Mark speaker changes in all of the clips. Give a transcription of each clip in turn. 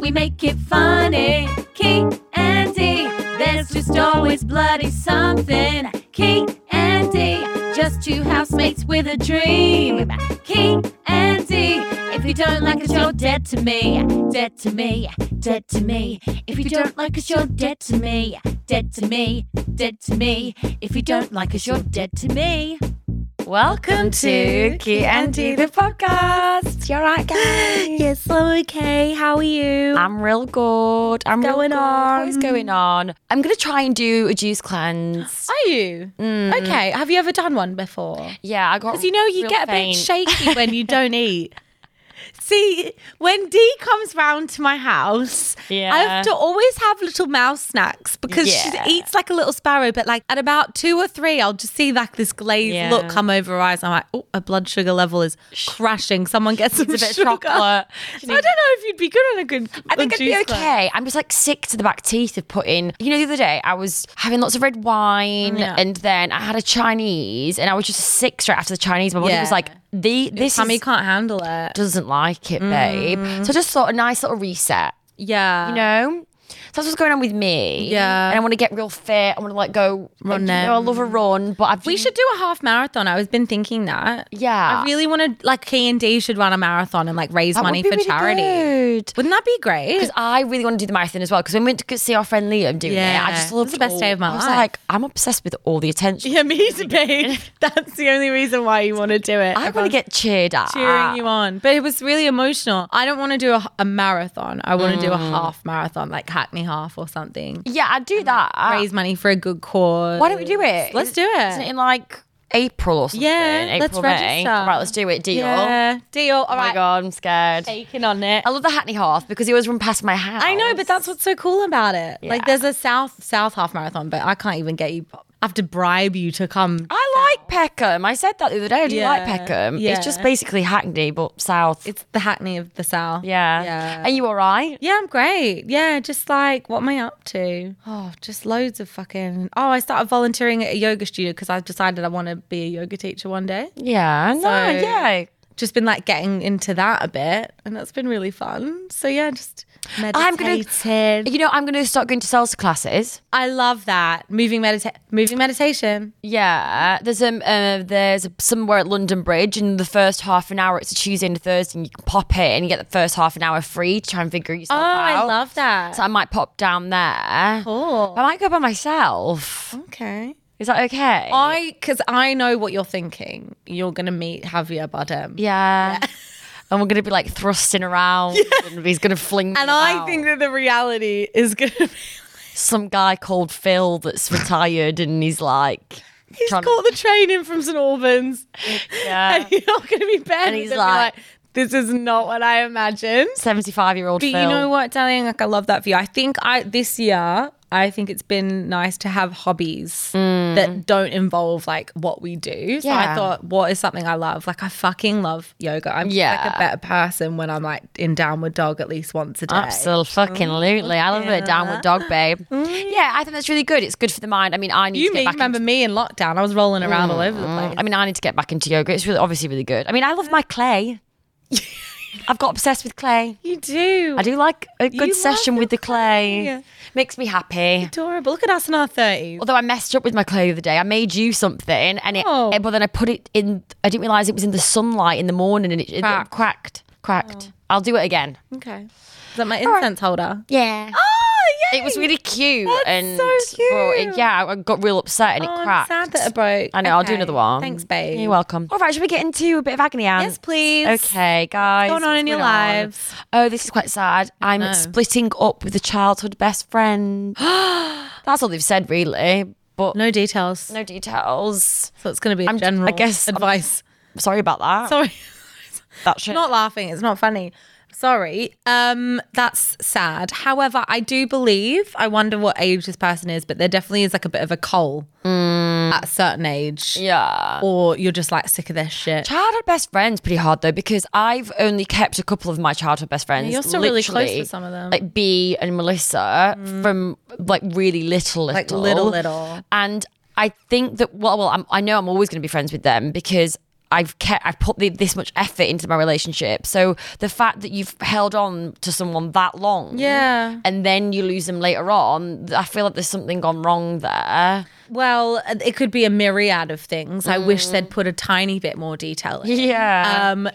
Speaker 1: we make it funny. Key and D, there's just always bloody something. Key and D, just two housemates with a dream. Key and D, if you don't like us, you're dead to me. Dead to me, dead to me. If you don't like us, you're dead to me. Dead to me, dead to me. If you don't like us, you're dead to me. Welcome to Key and D, the podcast. You're right, guys.
Speaker 2: Yes, I'm okay. How are you?
Speaker 1: I'm real good. I'm real
Speaker 2: going
Speaker 1: good. What is
Speaker 2: on?
Speaker 1: going on? I'm gonna try and do a juice cleanse.
Speaker 2: Are you?
Speaker 1: Mm.
Speaker 2: Uh, Okay. Have you ever done one before?
Speaker 1: Yeah, I got.
Speaker 2: Because you know you
Speaker 1: real
Speaker 2: get a
Speaker 1: faint.
Speaker 2: bit shaky when you don't eat. See, when Dee comes round to my house, I
Speaker 1: Yeah.
Speaker 2: have to always have little mouse snacks because
Speaker 1: Yeah.
Speaker 2: she eats like a little sparrow. But like at about two or three, I'll just see like this glazed
Speaker 1: Yeah.
Speaker 2: look come over her eyes. I'm like, oh, her blood sugar level is crashing. Someone gets some
Speaker 1: It's a bit of
Speaker 2: sugar.
Speaker 1: chocolate.
Speaker 2: So I don't know if you'd be good on a good.
Speaker 1: I think I'd
Speaker 2: on
Speaker 1: be
Speaker 2: juice
Speaker 1: okay.
Speaker 2: cleanse.
Speaker 1: I'm just like sick to the back teeth of putting. You know, the other day I was having lots of red wine,
Speaker 2: Yeah.
Speaker 1: and then I had a Chinese, and I was just sick straight after the Chinese. My body
Speaker 2: Yeah.
Speaker 1: was like, "The this
Speaker 2: Sammy
Speaker 1: is,
Speaker 2: can't handle it.
Speaker 1: doesn't like it, babe." So I just thought a nice little reset.
Speaker 2: Yeah.
Speaker 1: you know? So that's what's going on with me.
Speaker 2: Yeah.
Speaker 1: And I want to get real fit. I want to like go
Speaker 2: Run
Speaker 1: you know, I love a run, but I've
Speaker 2: We should do a half marathon. I've been thinking that.
Speaker 1: Yeah.
Speaker 2: I really want to like K and D should run a marathon and like raise
Speaker 1: That would
Speaker 2: money
Speaker 1: be
Speaker 2: for
Speaker 1: really
Speaker 2: charity.
Speaker 1: good.
Speaker 2: Wouldn't that be great?
Speaker 1: Because I really want to do the marathon as well. Because when we went to go see our friend Liam doing it, I
Speaker 2: Yeah.
Speaker 1: just
Speaker 2: It
Speaker 1: loved
Speaker 2: was the best
Speaker 1: all-
Speaker 2: day of my
Speaker 1: I was
Speaker 2: life.
Speaker 1: like, I'm obsessed with all the attention.
Speaker 2: Yeah, me to be. That's the only reason why you want to do it.
Speaker 1: I want to get cheered at.
Speaker 2: cheering you on. But it was really emotional. I don't want to do a, a marathon. I want to do a half marathon, like Hackney half or something.
Speaker 1: Mm. Yeah, I'd do that.
Speaker 2: Raise money for a good cause.
Speaker 1: Why don't we do it?
Speaker 2: Let's do it.
Speaker 1: Isn't it in like April or something?
Speaker 2: Yeah,
Speaker 1: April,
Speaker 2: let's
Speaker 1: May.
Speaker 2: register.
Speaker 1: Right, let's do it. Deal.
Speaker 2: Yeah, deal. All
Speaker 1: Oh my
Speaker 2: right,
Speaker 1: God, I'm scared.
Speaker 2: taking on it.
Speaker 1: I love the Hackney Half because he always run past my house.
Speaker 2: I know, but that's what's so cool about it.
Speaker 1: Oh, Yeah.
Speaker 2: Like, there's a South South half marathon, but I can't even get you. I have to bribe you to come.
Speaker 1: I like Peckham. I said that the other day. I do like
Speaker 2: Yeah,
Speaker 1: Peckham. It's just
Speaker 2: yeah.
Speaker 1: basically Hackney but south.
Speaker 2: It's the Hackney of the South.
Speaker 1: yeah.
Speaker 2: yeah.
Speaker 1: Are you all right?
Speaker 2: Yeah, I'm great. Yeah, just like what am I up to? Oh, just loads of fucking. Oh, I started volunteering at a yoga studio because I've decided I want to be a yoga teacher one day.
Speaker 1: Yeah. No.
Speaker 2: So-
Speaker 1: yeah.
Speaker 2: Just been like getting into that a bit, and that's been really fun. So yeah, just meditating.
Speaker 1: I'm gonna- You know, I'm going to start going to salsa classes.
Speaker 2: I love that moving medita- moving meditation.
Speaker 1: Yeah. There's um uh, there's somewhere at London Bridge, and the first half an hour it's a Tuesday and a Thursday, and you can pop in and you get the first half an hour free to try and figure yourself
Speaker 2: Oh,
Speaker 1: out.
Speaker 2: I love that.
Speaker 1: So I might pop down there.
Speaker 2: Cool.
Speaker 1: I might go by myself.
Speaker 2: Okay.
Speaker 1: Is that okay?
Speaker 2: I, because I know what you're thinking. You're going to meet Javier Bardem.
Speaker 1: yeah. And we're going to be like thrusting around, and he's going to fling me
Speaker 2: And I
Speaker 1: about.
Speaker 2: think that the reality is going to be.
Speaker 1: some guy called Phil that's retired and he's like
Speaker 2: He's
Speaker 1: trying to-
Speaker 2: caught the train in from St. Albans.
Speaker 1: Yeah.
Speaker 2: And you're going to be bad.
Speaker 1: And he's
Speaker 2: They'll be
Speaker 1: like-
Speaker 2: this is not what I imagined.
Speaker 1: 75 year old
Speaker 2: But
Speaker 1: Phil.
Speaker 2: you know what, darling? Like, I love that for you. I think I this year, I think it's been nice to have hobbies that don't involve like what we do. So
Speaker 1: Yeah.
Speaker 2: I thought, what is something I love? Like, I fucking love yoga. I'm just, like
Speaker 1: Yeah.
Speaker 2: a better person when I'm like in downward dog at least once a day.
Speaker 1: Absolutely, fucking lutely. I love it. Downward dog, babe. Yeah, I think that's really good. It's good for the mind. I mean, I need
Speaker 2: Mm. You
Speaker 1: to get
Speaker 2: may
Speaker 1: back.
Speaker 2: remember me in lockdown. I was rolling around all over the place.
Speaker 1: into, I mean, I need to get back into yoga. It's really, obviously really good. I mean, I love my clay. I've got obsessed with clay.
Speaker 2: You do.
Speaker 1: I do like a
Speaker 2: You
Speaker 1: good
Speaker 2: love
Speaker 1: session
Speaker 2: your
Speaker 1: with the clay.
Speaker 2: clay.
Speaker 1: Makes me happy.
Speaker 2: Adorable. Look at us in our 30s.
Speaker 1: Although I messed up with my clay the other day, I made you something, and it,
Speaker 2: Oh.
Speaker 1: but then I put it in. I didn't realize it was in the sunlight in the morning, and it it
Speaker 2: Cracked.
Speaker 1: cracked. Oh. Cracked. I'll do it again.
Speaker 2: Okay. Is that my incense holder?
Speaker 1: Yeah.
Speaker 2: Oh, yeah.
Speaker 1: It was really cute.
Speaker 2: That's
Speaker 1: and
Speaker 2: so cute.
Speaker 1: well, it- yeah, I got real upset and it cracked.
Speaker 2: Oh, I'm sad that it broke.
Speaker 1: I know, I'll do
Speaker 2: Okay.
Speaker 1: another one.
Speaker 2: Thanks, babe.
Speaker 1: You're welcome. All right, should we get into a bit of agony, Anne?
Speaker 2: Yes, please.
Speaker 1: Okay, guys.
Speaker 2: going on
Speaker 1: what's
Speaker 2: in your
Speaker 1: on?
Speaker 2: lives?
Speaker 1: Oh, this is quite sad. I'm splitting up with a childhood best friend. That's all they've said, really. But
Speaker 2: No details.
Speaker 1: no details.
Speaker 2: So it's going to be a
Speaker 1: I'm-
Speaker 2: general
Speaker 1: I guess I'm-
Speaker 2: advice.
Speaker 1: Sorry about that.
Speaker 2: Sorry.
Speaker 1: that shit.
Speaker 2: not laughing. It's not funny. Sorry. Um, that's sad. However, I do believe, I wonder what age this person is, but there definitely is like a bit of a coal at a certain age.
Speaker 1: Mm. yeah.
Speaker 2: Or you're just like sick of their shit.
Speaker 1: Childhood best friends pretty hard though because I've only kept a couple of my childhood best friends.
Speaker 2: you're still really close
Speaker 1: literally,
Speaker 2: with some of them.
Speaker 1: like B and Melissa from like really little, little,
Speaker 2: Like little, little.
Speaker 1: and I think that well, well, I'm, I know I'm always going to be friends with them because I've kept, I've put the, this much effort into my relationship. So the fact that you've held on to someone that long,
Speaker 2: Yeah.
Speaker 1: and then you lose them later on, I feel like there's something gone wrong there.
Speaker 2: Well, it could be a myriad of things. I wish they'd put a tiny bit more detail. In.
Speaker 1: Mm. Yeah,
Speaker 2: Um,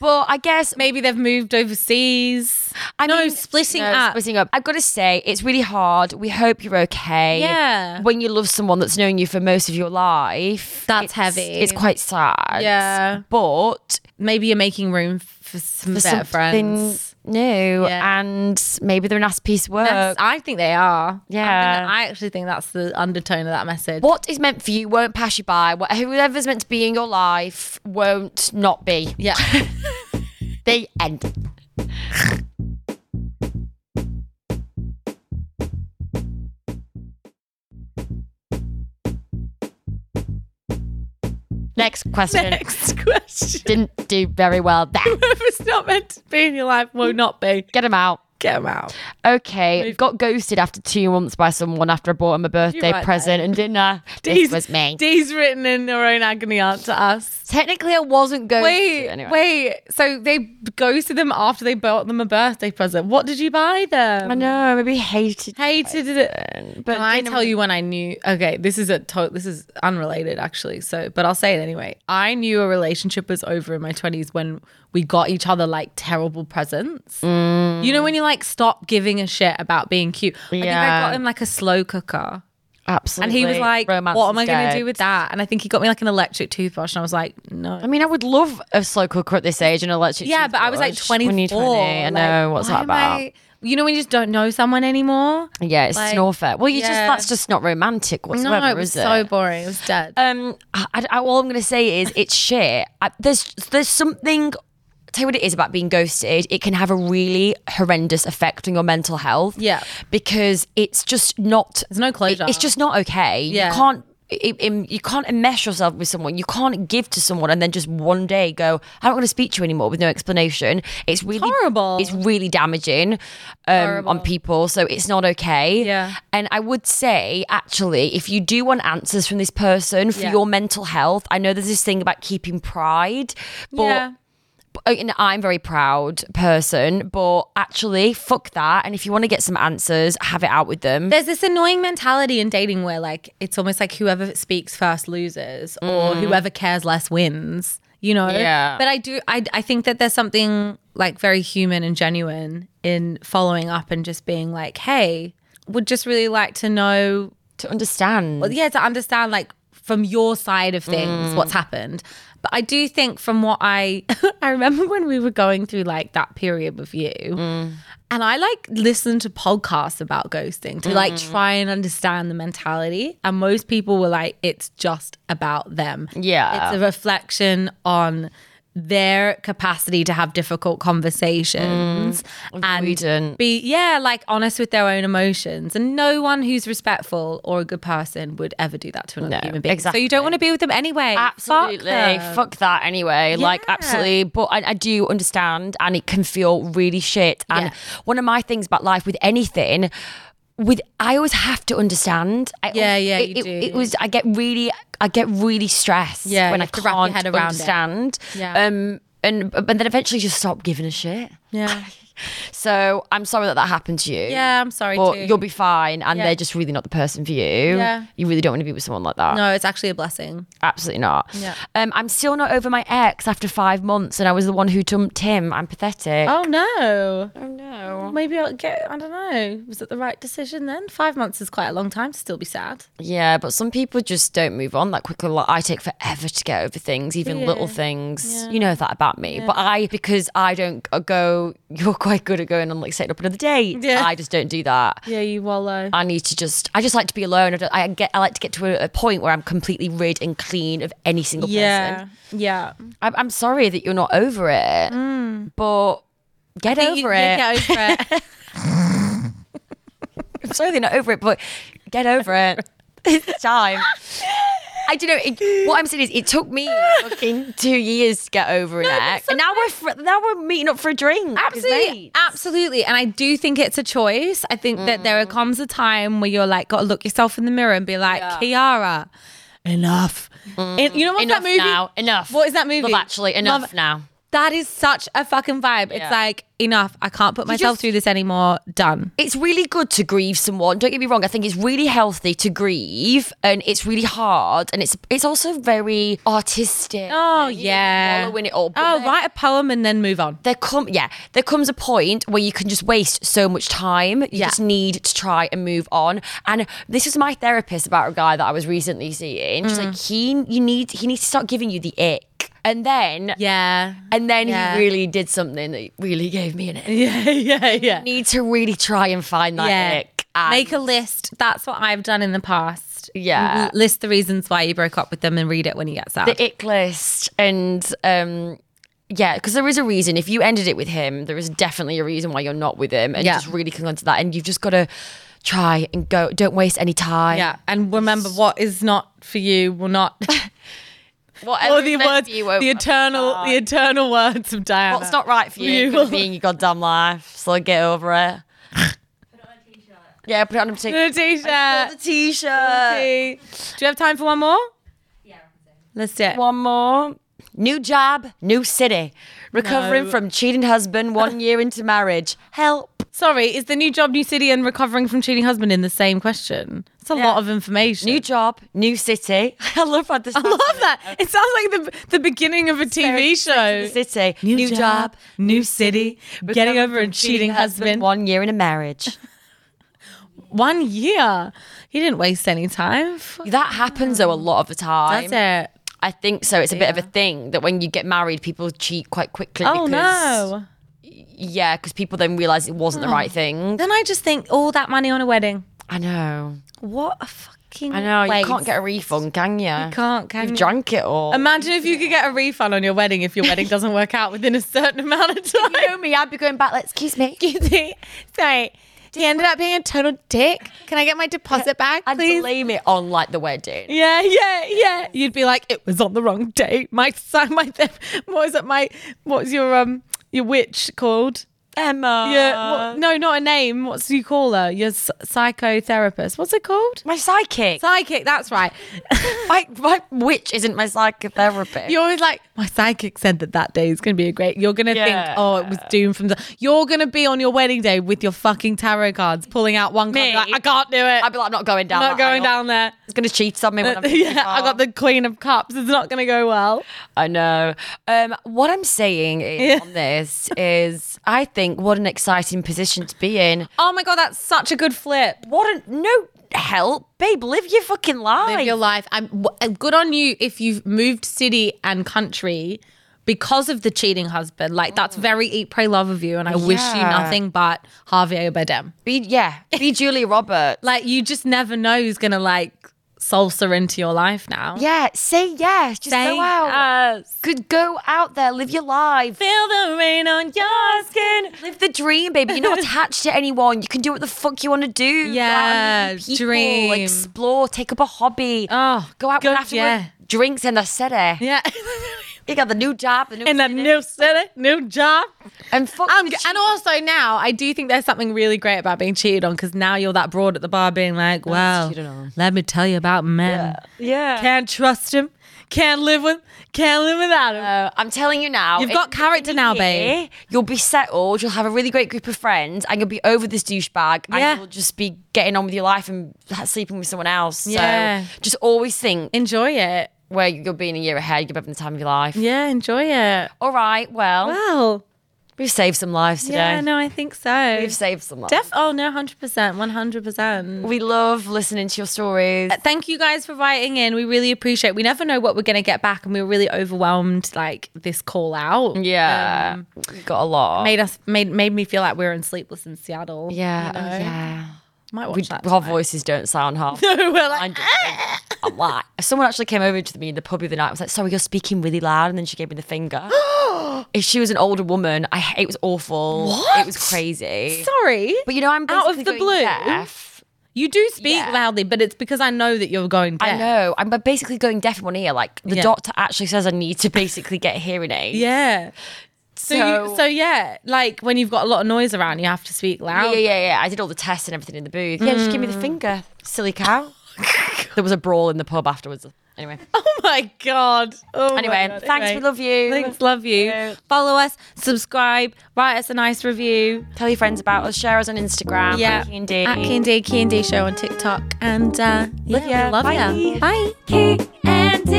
Speaker 1: but I guess
Speaker 2: maybe they've moved overseas. I know splitting
Speaker 1: No,
Speaker 2: up.
Speaker 1: Splitting up. I've got to say, it's really hard. We hope you're okay.
Speaker 2: Yeah.
Speaker 1: When you love someone that's known you for most of your life,
Speaker 2: That's
Speaker 1: it's-
Speaker 2: heavy.
Speaker 1: It's quite sad.
Speaker 2: Yeah.
Speaker 1: But
Speaker 2: Maybe you're making room for some
Speaker 1: for
Speaker 2: better
Speaker 1: something
Speaker 2: friends.
Speaker 1: new,
Speaker 2: Yeah.
Speaker 1: and maybe they're a nice piece of work.
Speaker 2: That's- I think they are. I,
Speaker 1: Yeah.
Speaker 2: think- I actually think that's the undertone of that message.
Speaker 1: what is meant for you won't pass you by. What- Whoever's meant to be in your life won't not be.
Speaker 2: Yeah.
Speaker 1: The end. Next question.
Speaker 2: Next question.
Speaker 1: Didn't do very well there.
Speaker 2: if it's not meant to be in your life, will not be.
Speaker 1: Get him out.
Speaker 2: Get them out.
Speaker 1: Okay, got ghosted after two months by someone after I bought him a birthday
Speaker 2: right
Speaker 1: present and dinner. This was me.
Speaker 2: Dee's written in her own agony aunt to us.
Speaker 1: Technically, I wasn't ghosted.
Speaker 2: Wait,
Speaker 1: anyway.
Speaker 2: wait. So they ghosted them after they bought them a birthday present. What did you buy them?
Speaker 1: I know. Maybe he hated.
Speaker 2: Hated
Speaker 1: But
Speaker 2: it. Can I
Speaker 1: dinner-
Speaker 2: tell you when I knew? Okay, this is a to- this is unrelated actually. So, but I'll say it anyway. I knew a relationship was over in my twenties when we got each other like terrible presents. You know when you like stop giving a shit about being cute. I think I
Speaker 1: Yeah.
Speaker 2: got him like a slow cooker. And
Speaker 1: Absolutely.
Speaker 2: he was like,
Speaker 1: Romance
Speaker 2: "What am
Speaker 1: is
Speaker 2: I going
Speaker 1: dead.
Speaker 2: to do with that?" And I think he got me like an electric toothbrush, and I was like, "No."
Speaker 1: I mean, I would love a slow cooker at this age and electric.
Speaker 2: yeah, but I was like
Speaker 1: toothbrush
Speaker 2: 24.
Speaker 1: When you're 20, I
Speaker 2: like,
Speaker 1: know. what's
Speaker 2: why
Speaker 1: that
Speaker 2: am
Speaker 1: about?
Speaker 2: I- you know when you just don't know someone anymore.
Speaker 1: yeah, it's
Speaker 2: like,
Speaker 1: not fair. Well, you just
Speaker 2: yeah.
Speaker 1: that's just not romantic whatsoever,
Speaker 2: no, it was
Speaker 1: is it?
Speaker 2: so boring. It was dead.
Speaker 1: um, I, I- all I'm going to say is it's shit. I, there's there's something. Tell you what it is about being ghosted. It can have a really horrendous effect on your mental health.
Speaker 2: Yeah.
Speaker 1: because it's just not.
Speaker 2: There's no closure.
Speaker 1: It's just not okay.
Speaker 2: Yeah.
Speaker 1: You can't. i- im- you can't enmesh yourself with someone. You can't give to someone and then just one day go, "I don't want to speak to you anymore" with no explanation. It's really
Speaker 2: horrible.
Speaker 1: It's really damaging um, on people. So it's not okay.
Speaker 2: Yeah.
Speaker 1: And I would say, actually, if you do want answers from this person for
Speaker 2: Yeah.
Speaker 1: your mental health, I know there's this thing about keeping pride, but.
Speaker 2: yeah.
Speaker 1: but- And I'm a very proud person, but actually, fuck that. And if you want to get some answers, have it out with them.
Speaker 2: There's this annoying mentality in dating where like it's almost like whoever speaks first loses or whoever cares less wins, you know?
Speaker 1: Yeah.
Speaker 2: But I do I I think that there's something like very human and genuine in following up and just being like, "Hey, would just really like to know
Speaker 1: to understand.
Speaker 2: but yeah, to understand like from your side of things what's happened. But I do think from what I I remember when we were going through like that period with you. And I like listened to podcasts about ghosting to like try and understand the mentality. And most people were like, it's just about them.
Speaker 1: Yeah.
Speaker 2: It's a reflection on their capacity to have difficult conversations and
Speaker 1: Avoidant.
Speaker 2: be yeah like honest with their own emotions and no one who's respectful or a good person would ever do that to another human being so you
Speaker 1: exactly.
Speaker 2: don't want to be with them anyway Fuck
Speaker 1: Absolutely.
Speaker 2: them.
Speaker 1: Fuck, that anyway. Like,
Speaker 2: Yeah.
Speaker 1: absolutely. But I, I do understand, and it can feel really shit. And
Speaker 2: Yeah.
Speaker 1: one of my things about life with anything, with I always have to understand. I
Speaker 2: Yeah,
Speaker 1: al-
Speaker 2: yeah,
Speaker 1: It,
Speaker 2: you
Speaker 1: it-
Speaker 2: do.
Speaker 1: it was I get really, I get really stressed.
Speaker 2: Yeah,
Speaker 1: when
Speaker 2: you
Speaker 1: I
Speaker 2: have to wrap your
Speaker 1: can't
Speaker 2: head around it.
Speaker 1: understand.
Speaker 2: Yeah.
Speaker 1: Um, and but then eventually just stop giving a shit.
Speaker 2: yeah
Speaker 1: So I'm sorry that that happened to you.
Speaker 2: yeah i'm sorry
Speaker 1: But
Speaker 2: too.
Speaker 1: you'll be fine, and
Speaker 2: Yeah.
Speaker 1: they're just really not the person for you.
Speaker 2: Yeah.
Speaker 1: You really don't want to be with someone like that.
Speaker 2: no it's actually a blessing
Speaker 1: Absolutely not.
Speaker 2: Yeah.
Speaker 1: Um, I'm still not over my ex after five months, and I was the one who dumped him. I'm pathetic.
Speaker 2: oh no
Speaker 1: Oh, no.
Speaker 2: maybe i'll get i don't know was it the right decision then five months is quite a long time to still be sad
Speaker 1: Yeah, but some people just don't move on that quickly. Like I take forever to get over things, even little things. You know that about me. But I, because I don't g- go, you're quite good at going on like setting up another date.
Speaker 2: Yeah.
Speaker 1: I just don't do that.
Speaker 2: yeah you uh, wallow
Speaker 1: I need to just. I just like to be alone. I, don't, I get. I like to get to a, a point where I'm completely rid and clean of any single person.
Speaker 2: yeah yeah
Speaker 1: I'm, I'm sorry that you're not over it, but get over
Speaker 2: You- you
Speaker 1: it.
Speaker 2: Mm. get over it
Speaker 1: I'm sorry they're not over it, but get over it. It's time. I don't know. It, what I'm saying is, it took me fucking two years to get over an ex, and now we're fr- now we're meeting up for a drink. as
Speaker 2: Absolutely,
Speaker 1: mates.
Speaker 2: absolutely. And I do think it's a choice. I think that there comes a time where you're like, got to look yourself in the mirror and be like, Kiara, enough. And you know what's
Speaker 3: Enough
Speaker 2: that movie?
Speaker 3: now. Enough.
Speaker 2: What is that movie?
Speaker 3: Love Actually. Enough
Speaker 2: Love-
Speaker 3: now.
Speaker 2: That is such a fucking vibe. It's
Speaker 3: Yeah.
Speaker 2: like enough. I can't put myself
Speaker 1: just-
Speaker 2: through this anymore. Done.
Speaker 1: it's really good to grieve someone. Don't get me wrong. I think it's really healthy to grieve, and it's really hard, and it's it's also very artistic.
Speaker 2: Oh
Speaker 1: You know,
Speaker 2: yeah.
Speaker 1: following it all. but
Speaker 2: Oh,
Speaker 1: there-
Speaker 2: write a poem and then move on.
Speaker 1: There come yeah, there comes a point where you can just waste so much time. You just need to try and move on. And this was my therapist about a guy that I was recently seeing. She's
Speaker 2: Mm-hmm.
Speaker 1: like, he you need he needs to start giving you the ick, and then
Speaker 2: Yeah.
Speaker 1: and then
Speaker 2: Yeah.
Speaker 1: he really did something that really gave me an ick.
Speaker 2: Yeah, yeah, yeah.
Speaker 1: You need to really try and find that
Speaker 2: Yeah.
Speaker 1: ick. and-
Speaker 2: Make a list. That's what I've done in the past.
Speaker 1: Yeah.
Speaker 2: L- list the reasons why you broke up with them and read it when you get sad.
Speaker 1: the ick list and um yeah because there is a reason if you ended it with him there is definitely a reason why you're not with him and
Speaker 2: Yeah.
Speaker 1: just really cling on to that and you've just got to try and go don't waste any time
Speaker 2: yeah. And remember what is not for you will not
Speaker 1: whatever
Speaker 2: or the
Speaker 1: is meant
Speaker 2: words
Speaker 1: for you won't-
Speaker 2: the eternal the eternal words of Diana.
Speaker 1: what's not right for you,
Speaker 2: You
Speaker 1: could
Speaker 2: will-
Speaker 1: be in your goddamn life so get over it yeah put it on a t-shirt
Speaker 2: a t-shirt.
Speaker 1: t-shirt
Speaker 2: Do you have time for one more? Let's do it.
Speaker 1: one more new job new city recovering
Speaker 2: No.
Speaker 1: from cheating husband one year into marriage help
Speaker 2: Sorry, is the new job, new city, and recovering from cheating husband in the same question? It's a lot of information.
Speaker 1: new job new city i love how this
Speaker 2: I love that. It sounds like the the beginning of a TV show.
Speaker 1: city, new, job,
Speaker 2: new city, getting over a cheating husband. One,
Speaker 1: one year in a marriage.
Speaker 2: year. He didn't waste any time. Fuck,
Speaker 1: that happens though a lot of the time.
Speaker 2: That's it.
Speaker 1: I think so. It's a bit of a thing that when you get married, people cheat quite quickly.
Speaker 2: Oh
Speaker 1: because,
Speaker 2: no. Oh.
Speaker 1: Yeah, because people then realize it wasn't the right thing.
Speaker 2: Then I just think all that money on a wedding.
Speaker 1: I know.
Speaker 2: What a fucking
Speaker 1: I know. You
Speaker 2: waste.
Speaker 1: can't get a refund, can you? You
Speaker 2: can't can
Speaker 1: You've
Speaker 2: you?
Speaker 1: drunk it all.
Speaker 2: Imagine if you could get a refund on your wedding if your wedding doesn't work out within a certain amount of time.
Speaker 1: you know me. I'd be going back. Like, excuse me.
Speaker 2: You think- Sorry. He ended up being a total dick. Can I get my deposit back,
Speaker 1: I'd
Speaker 2: please?
Speaker 1: blame it on like the wedding.
Speaker 2: Yeah, yeah, yeah. You'd be like, it was on the wrong date. My son, my what is it? My what's your um your witch called?
Speaker 1: Emma.
Speaker 2: Yeah,
Speaker 1: Uh.
Speaker 2: what, no, not a name. What's you call her? Your s- psychotherapist. What's it called?
Speaker 1: My psychic.
Speaker 2: Psychic. That's right.
Speaker 1: my, my witch isn't my psychotherapist.
Speaker 2: You're always like, my psychic said that that day is going to be a great. You're going to
Speaker 1: Yeah.
Speaker 2: think, oh, it was doomed from the. You're going to be on your wedding day with your fucking tarot cards, pulling out one card.
Speaker 1: Me?
Speaker 2: Like, I can't do it.
Speaker 1: I'd be like, I'm not going down.
Speaker 2: I'm not
Speaker 1: that
Speaker 2: going
Speaker 1: aisle.
Speaker 2: down there.
Speaker 1: It's gonna cheat on me when I'm.
Speaker 2: yeah, I got
Speaker 1: the.
Speaker 2: the Queen of Cups. It's not going to go well.
Speaker 1: I know. Um, what I'm saying is, on this is, I think what an exciting position to be in.
Speaker 2: Oh my god, that's such a good flip.
Speaker 1: What a no help, babe. Live your fucking life.
Speaker 2: Live your life. I'm w- uh, good on you if you've moved city and country because of the cheating husband. Like that's very eat, pray, love of you, and I wish you
Speaker 1: Yeah.
Speaker 2: nothing but Javier Bardem.
Speaker 1: be yeah. Be Julia Roberts.
Speaker 2: Like you just never know who's gonna like salsa into your life now.
Speaker 1: yeah. Say yes. Just
Speaker 2: Say
Speaker 1: go out.
Speaker 2: us.
Speaker 1: Could go out there. Live your life.
Speaker 2: Feel the rain on your skin.
Speaker 1: Live the dream, baby. You're not attached to anyone. You can do what the fuck you want to do. Go out and meet
Speaker 2: Yeah,
Speaker 1: people,
Speaker 2: dream.
Speaker 1: Explore. Take up a hobby.
Speaker 2: Oh,
Speaker 1: go out
Speaker 2: good,
Speaker 1: after
Speaker 2: yeah.
Speaker 1: drinks in the city.
Speaker 2: Yeah.
Speaker 1: You got the new job. The new
Speaker 2: In a new city, new job.
Speaker 1: and fuck.
Speaker 2: Um,
Speaker 1: the
Speaker 2: g- and also now, I do think there's something really great about being cheated on because now you're that broad at the bar being like, well,
Speaker 1: cheated on.
Speaker 2: let me tell you about men.
Speaker 1: Yeah.
Speaker 2: Can't trust him. Can't live with. Can't live without him.
Speaker 1: No, uh, I'm telling you now.
Speaker 2: You've
Speaker 1: if
Speaker 2: got
Speaker 1: you
Speaker 2: character
Speaker 1: live
Speaker 2: now,
Speaker 1: here,
Speaker 2: babe.
Speaker 1: You'll be settled. You'll have a really great group of friends, and you'll be over this douchebag.
Speaker 2: Yeah.
Speaker 1: And you'll just be getting on with your life and ha- sleeping with someone else.
Speaker 2: Yeah.
Speaker 1: So just always think
Speaker 2: Enjoy it.
Speaker 1: where you're being a year ahead. You're having the time of your life.
Speaker 2: Yeah, enjoy it.
Speaker 1: All right. Well,
Speaker 2: Well,
Speaker 1: we've saved some lives today.
Speaker 2: yeah, no, I think so.
Speaker 1: We've saved some lives.
Speaker 2: Def- oh no, hundred percent, one hundred percent.
Speaker 1: we love listening to your stories.
Speaker 2: Thank you guys for writing in. We really appreciate. We never know what we're gonna get back, and we were really overwhelmed like this call out.
Speaker 1: Yeah.
Speaker 2: Um,
Speaker 1: we got a lot.
Speaker 2: made us made made me feel like we were in Sleepless in Seattle.
Speaker 1: yeah.
Speaker 2: you know?
Speaker 1: oh, yeah.
Speaker 2: Might watch
Speaker 1: We,
Speaker 2: that.
Speaker 1: our voices don't sound half.
Speaker 2: we're like, "Ah!"
Speaker 1: mind it. I'm like, someone actually came over to me in the pub the other night. I was like, "Sorry, you're speaking really loud," and then she gave me the finger. if she was an older woman, I it was awful. It was crazy.
Speaker 2: sorry.
Speaker 1: but you know, I'm
Speaker 2: Out of
Speaker 1: basically
Speaker 2: the
Speaker 1: going
Speaker 2: blue?
Speaker 1: deaf.
Speaker 2: You do speak
Speaker 1: Yeah.
Speaker 2: loudly, but it's because I know that you're going deaf.
Speaker 1: I know. I'm basically going deaf in one ear. Like the
Speaker 2: Yeah.
Speaker 1: doctor actually says, I need to basically get a hearing aid.
Speaker 2: Yeah. So,
Speaker 1: So-
Speaker 2: you, so yeah, like when you've got a lot of noise around, you have to speak
Speaker 1: Yeah,
Speaker 2: loud.
Speaker 1: yeah, yeah, yeah. I did all the
Speaker 2: Mm.
Speaker 1: tests and everything in the booth. Yeah, just give me the finger, silly cow. there was a brawl in the pub afterwards. Anyway.
Speaker 2: Oh my god. Oh my
Speaker 1: Anyway,
Speaker 2: God.
Speaker 1: thanks. We love you.
Speaker 2: Thanks, love you.
Speaker 1: Yeah.
Speaker 2: Follow us, subscribe, write us a nice review.
Speaker 1: Tell your friends about us. Share us on Instagram.
Speaker 2: Yeah.
Speaker 1: At Kindy.
Speaker 2: At Kindy, Kindy Show on TikTok. And uh,
Speaker 1: Love
Speaker 2: yeah,
Speaker 1: ya.
Speaker 2: we love
Speaker 1: Bye.
Speaker 2: ya. Bye.
Speaker 4: Key and D.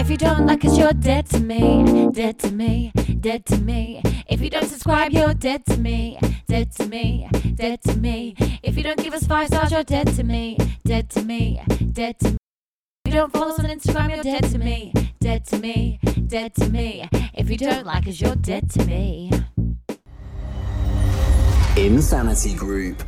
Speaker 4: If you don't like us, you're dead to me. Dead to me. Dead to me. If you don't subscribe, you're dead to me. Dead to me. Dead to me. If you don't give us five stars, you're dead to me. Dead to me. Dead to me. If you don't follow us on Instagram, you're dead to me. Dead to me. Dead to me. If you don't like us, you're dead to me.
Speaker 3: Insanity Group.